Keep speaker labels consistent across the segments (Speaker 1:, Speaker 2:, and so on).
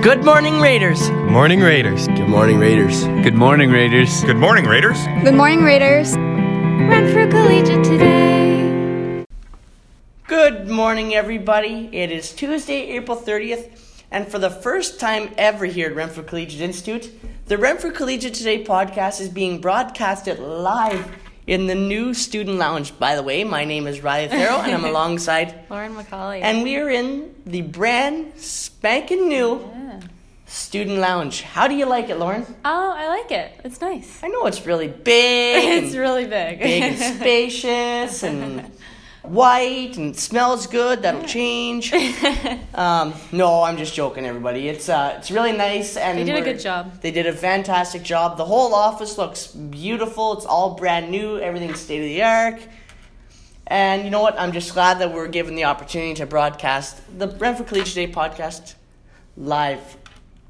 Speaker 1: Good morning, Raiders.
Speaker 2: Morning Raiders.
Speaker 3: Good morning, Raiders.
Speaker 4: Good morning, Raiders.
Speaker 5: Good morning, Raiders.
Speaker 6: Good morning, Raiders.
Speaker 7: Renfrew Collegiate today.
Speaker 1: Good morning, everybody. It is Tuesday, April 30th, and for the first time ever here at Renfrew Collegiate Institute, the Renfrew Collegiate Today podcast is being broadcasted live in the new student lounge. By the way, my name is Riley Thero, and I'm alongside,
Speaker 6: Lauren McCauley.
Speaker 1: and we are in the brand spanking new student lounge. How do you like it, Lauren?
Speaker 6: oh, I like it. It's nice.
Speaker 1: I know it's really big.
Speaker 6: It's
Speaker 1: and-
Speaker 6: really big.
Speaker 1: big and spacious and white and smells good. That'll change. Um, no, I'm just joking, everybody. It's uh, it's really nice and
Speaker 6: They did a
Speaker 1: we're-
Speaker 6: good job.
Speaker 1: They did a fantastic job. The whole office looks beautiful. It's all brand new. Everything's state of the art. And you know what? I'm just glad that we're given the opportunity to broadcast the Brentford Collegiate Day podcast live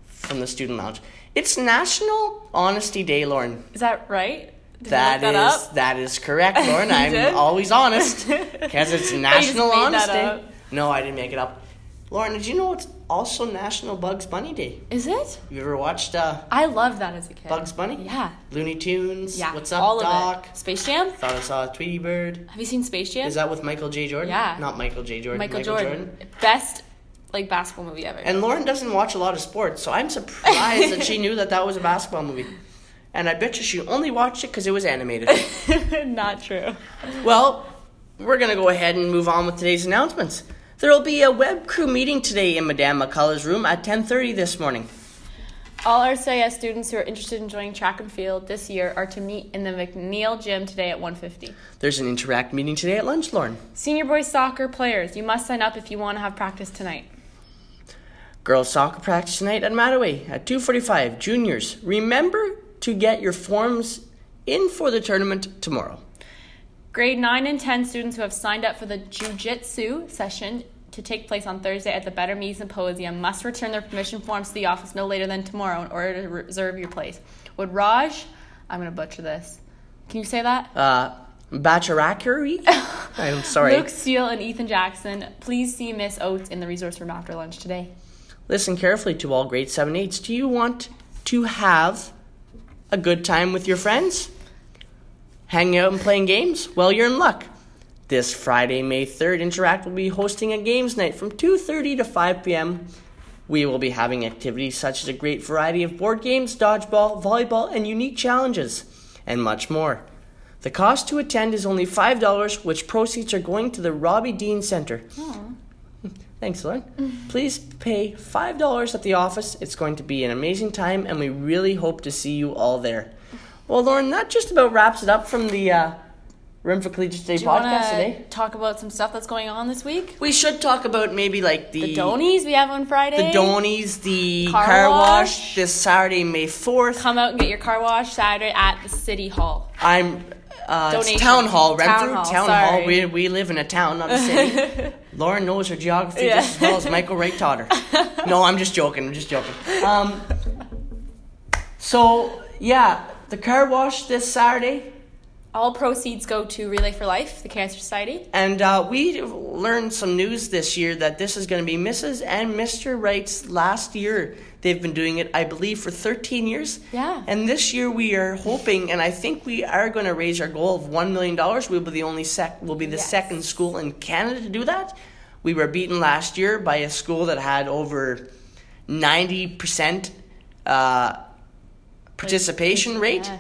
Speaker 1: from the student lounge. It's National Honesty Day, Lauren.
Speaker 6: Is that right? Did you
Speaker 1: That is
Speaker 6: look that up?
Speaker 1: that is correct, Lauren.
Speaker 6: You
Speaker 1: I'm
Speaker 6: did?
Speaker 1: always honest because it's
Speaker 6: You just
Speaker 1: National
Speaker 6: made that
Speaker 1: Honest Day.
Speaker 6: up.
Speaker 1: No, I didn't make it up. Lauren, did you know it's also National Bugs Bunny Day?
Speaker 6: Is it?
Speaker 1: You ever watched uh,
Speaker 6: I love that as a kid.
Speaker 1: Bugs Bunny?
Speaker 6: Yeah.
Speaker 1: Looney Tunes.
Speaker 6: Yeah.
Speaker 1: What's up,
Speaker 6: all
Speaker 1: Doc?
Speaker 6: Of it. Space Jam?
Speaker 1: Thought I saw a Tweety Bird.
Speaker 6: Have you seen Space Jam?
Speaker 1: Is that with Michael J. Jordan?
Speaker 6: Yeah.
Speaker 1: Not Michael J. Jordan.
Speaker 6: Michael, Jordan. Best like basketball movie ever.
Speaker 1: And Lauren doesn't watch a lot of sports, so I'm surprised that she knew that that was a basketball movie. And I bet you she only watched it because it was animated.
Speaker 6: Not true.
Speaker 1: Well, we're going to go ahead and move on with today's announcements. There will be a web crew meeting today in Madame McCullough's room at 10:30 this morning.
Speaker 6: All RCIS students who are interested in joining track and field this year are to meet in the McNeil gym today at 1:50.
Speaker 1: There's an interact meeting today at lunch, Lauren.
Speaker 6: Senior boys soccer players, you must sign up if you want to have practice tonight.
Speaker 1: Girls soccer practice tonight at Mattaway at 2:45. Juniors, remember to get your forms in for the tournament tomorrow.
Speaker 6: Grade 9 and 10 students who have signed up for the jujitsu session to take place on Thursday at the Better Me Symposium must return their permission forms to the office no later than tomorrow in order to reserve your place. Would Raj, I'm going to butcher this. Can you say that?
Speaker 1: Uh Bacharakuri? I'm sorry.
Speaker 6: Luke Steele and Ethan Jackson, please see Miss Oates in the resource room after lunch today.
Speaker 1: Listen carefully to all grade 7 8s. Do you want to have a good time with your friends? Hanging out and playing games? Well, you're in luck. This Friday, May 3rd, Interact will be hosting a games night from 2:30 to 5 p.m. We will be having activities such as a great variety of board games, dodgeball, volleyball, and unique challenges, and much more. The cost to attend is only $5, which proceeds are going to the Robbie Dean Center. Thanks, Lauren. Please pay $5 at the office. It's going to be an amazing time, and we really hope to see you all there. Well, Lauren, that just about wraps it up from the uh, Renfrew Collegiate Day
Speaker 6: Do you
Speaker 1: podcast
Speaker 6: wanna
Speaker 1: today.
Speaker 6: talk about some stuff that's going on this week?
Speaker 1: We should talk about maybe like the,
Speaker 6: The Donies we have on Friday.
Speaker 1: E- the Donies, the car,
Speaker 6: Car
Speaker 1: wash.
Speaker 6: wash.
Speaker 1: this Saturday, May 4th.
Speaker 6: Come out and get your car washed Saturday at the City Hall.
Speaker 1: I'm uh, it's
Speaker 6: Donation.
Speaker 1: town hall,
Speaker 6: Town
Speaker 1: Renfrew
Speaker 6: hall, sorry.
Speaker 1: We we live in a town, not a city. Lauren knows her geography
Speaker 6: Yeah.
Speaker 1: just as well as Michael Wright taught her. no, I'm just joking. I'm just joking. Um, so yeah, the car wash this Saturday,
Speaker 6: All proceeds go to Relay for Life, the Cancer Society.
Speaker 1: and uh, we learned some news this year that this is going to be Mrs. and Mr. Wright's last year. They've been doing it, I believe, for 13 years.
Speaker 6: Yeah.
Speaker 1: And this year we are hoping, and I think we are going to raise our goal of one million dollars. We'll be the only sec, we'll be the
Speaker 6: Yes.
Speaker 1: second school in Canada to do that. We were beaten last year by a school that had over ninety percent uh, participation rate.
Speaker 6: Yeah.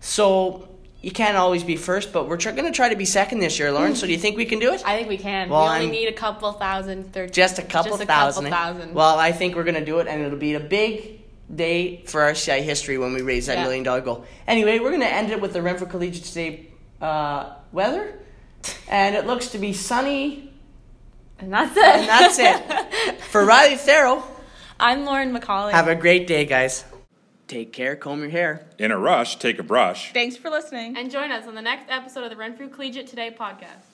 Speaker 1: So you can't always be first, but we're tr- going to try to be second this year, Lauren. so do you think we can do it?
Speaker 6: I think we can.
Speaker 1: Well,
Speaker 6: we only
Speaker 1: I'm-
Speaker 6: need a couple thousand. Thir-
Speaker 1: just a couple
Speaker 6: just a
Speaker 1: thousand.
Speaker 6: Couple thousand.
Speaker 1: Well, I think we're gonna do it, and it'll be a big day for RCI history when we raise that
Speaker 6: Yeah.
Speaker 1: million dollar goal. Anyway, we're gonna end it with the Renfrew Collegiate today uh, weather, and it looks to be sunny.
Speaker 6: and that's it.
Speaker 1: And that's it for Riley Thero.
Speaker 6: I'm Lauren McCauley.
Speaker 1: Have a great day, guys. Take care. Comb your hair.
Speaker 5: In a rush, take a brush.
Speaker 8: Thanks for listening.
Speaker 6: and join us on the next episode of the Renfrew Collegiate Today podcast.